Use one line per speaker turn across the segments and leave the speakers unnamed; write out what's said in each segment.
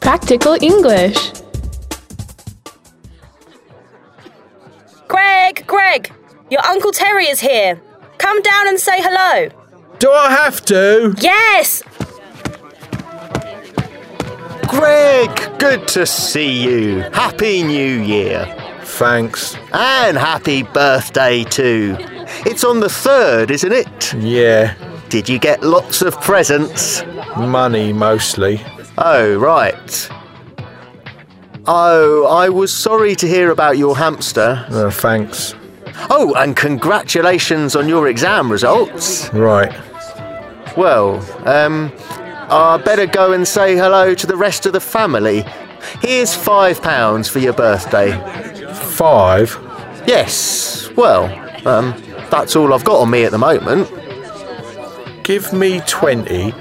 Practical English.
Greg, Greg, your Uncle Terry is here. Come down and say hello.
Do I have to?
Yes!
Greg, good to see you. Happy New Year.
Thanks.
And happy birthday too. It's on the 3rd, isn't it?
Yeah.
Did you get lots of presents?
Money mostly.
Oh, right. Oh, I was sorry to hear about your hamster.
Uh, thanks.
Oh, and congratulations on your exam results.
Right.
Well, um, I better go and say hello to the rest of the family. Here's five pounds for your birthday.
Five.
Yes, well, um, that's all I've got on me at the moment.
Give me 20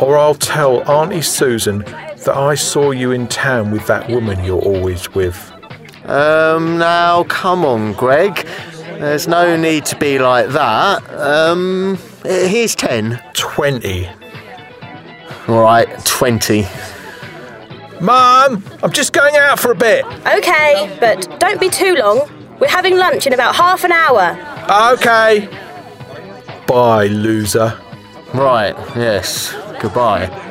or I'll tell Auntie Susan that I saw you in town with that woman you're always with.
Um, now, come on, Greg. There's no need to be like that. Um, eh, here's 10.
20.
All right, 20.
Mum, I'm just going out for a bit.
Okay, but don't be too long. We're having lunch in about half an hour.
Okay. Bye, loser.
Right, yes. Goodbye.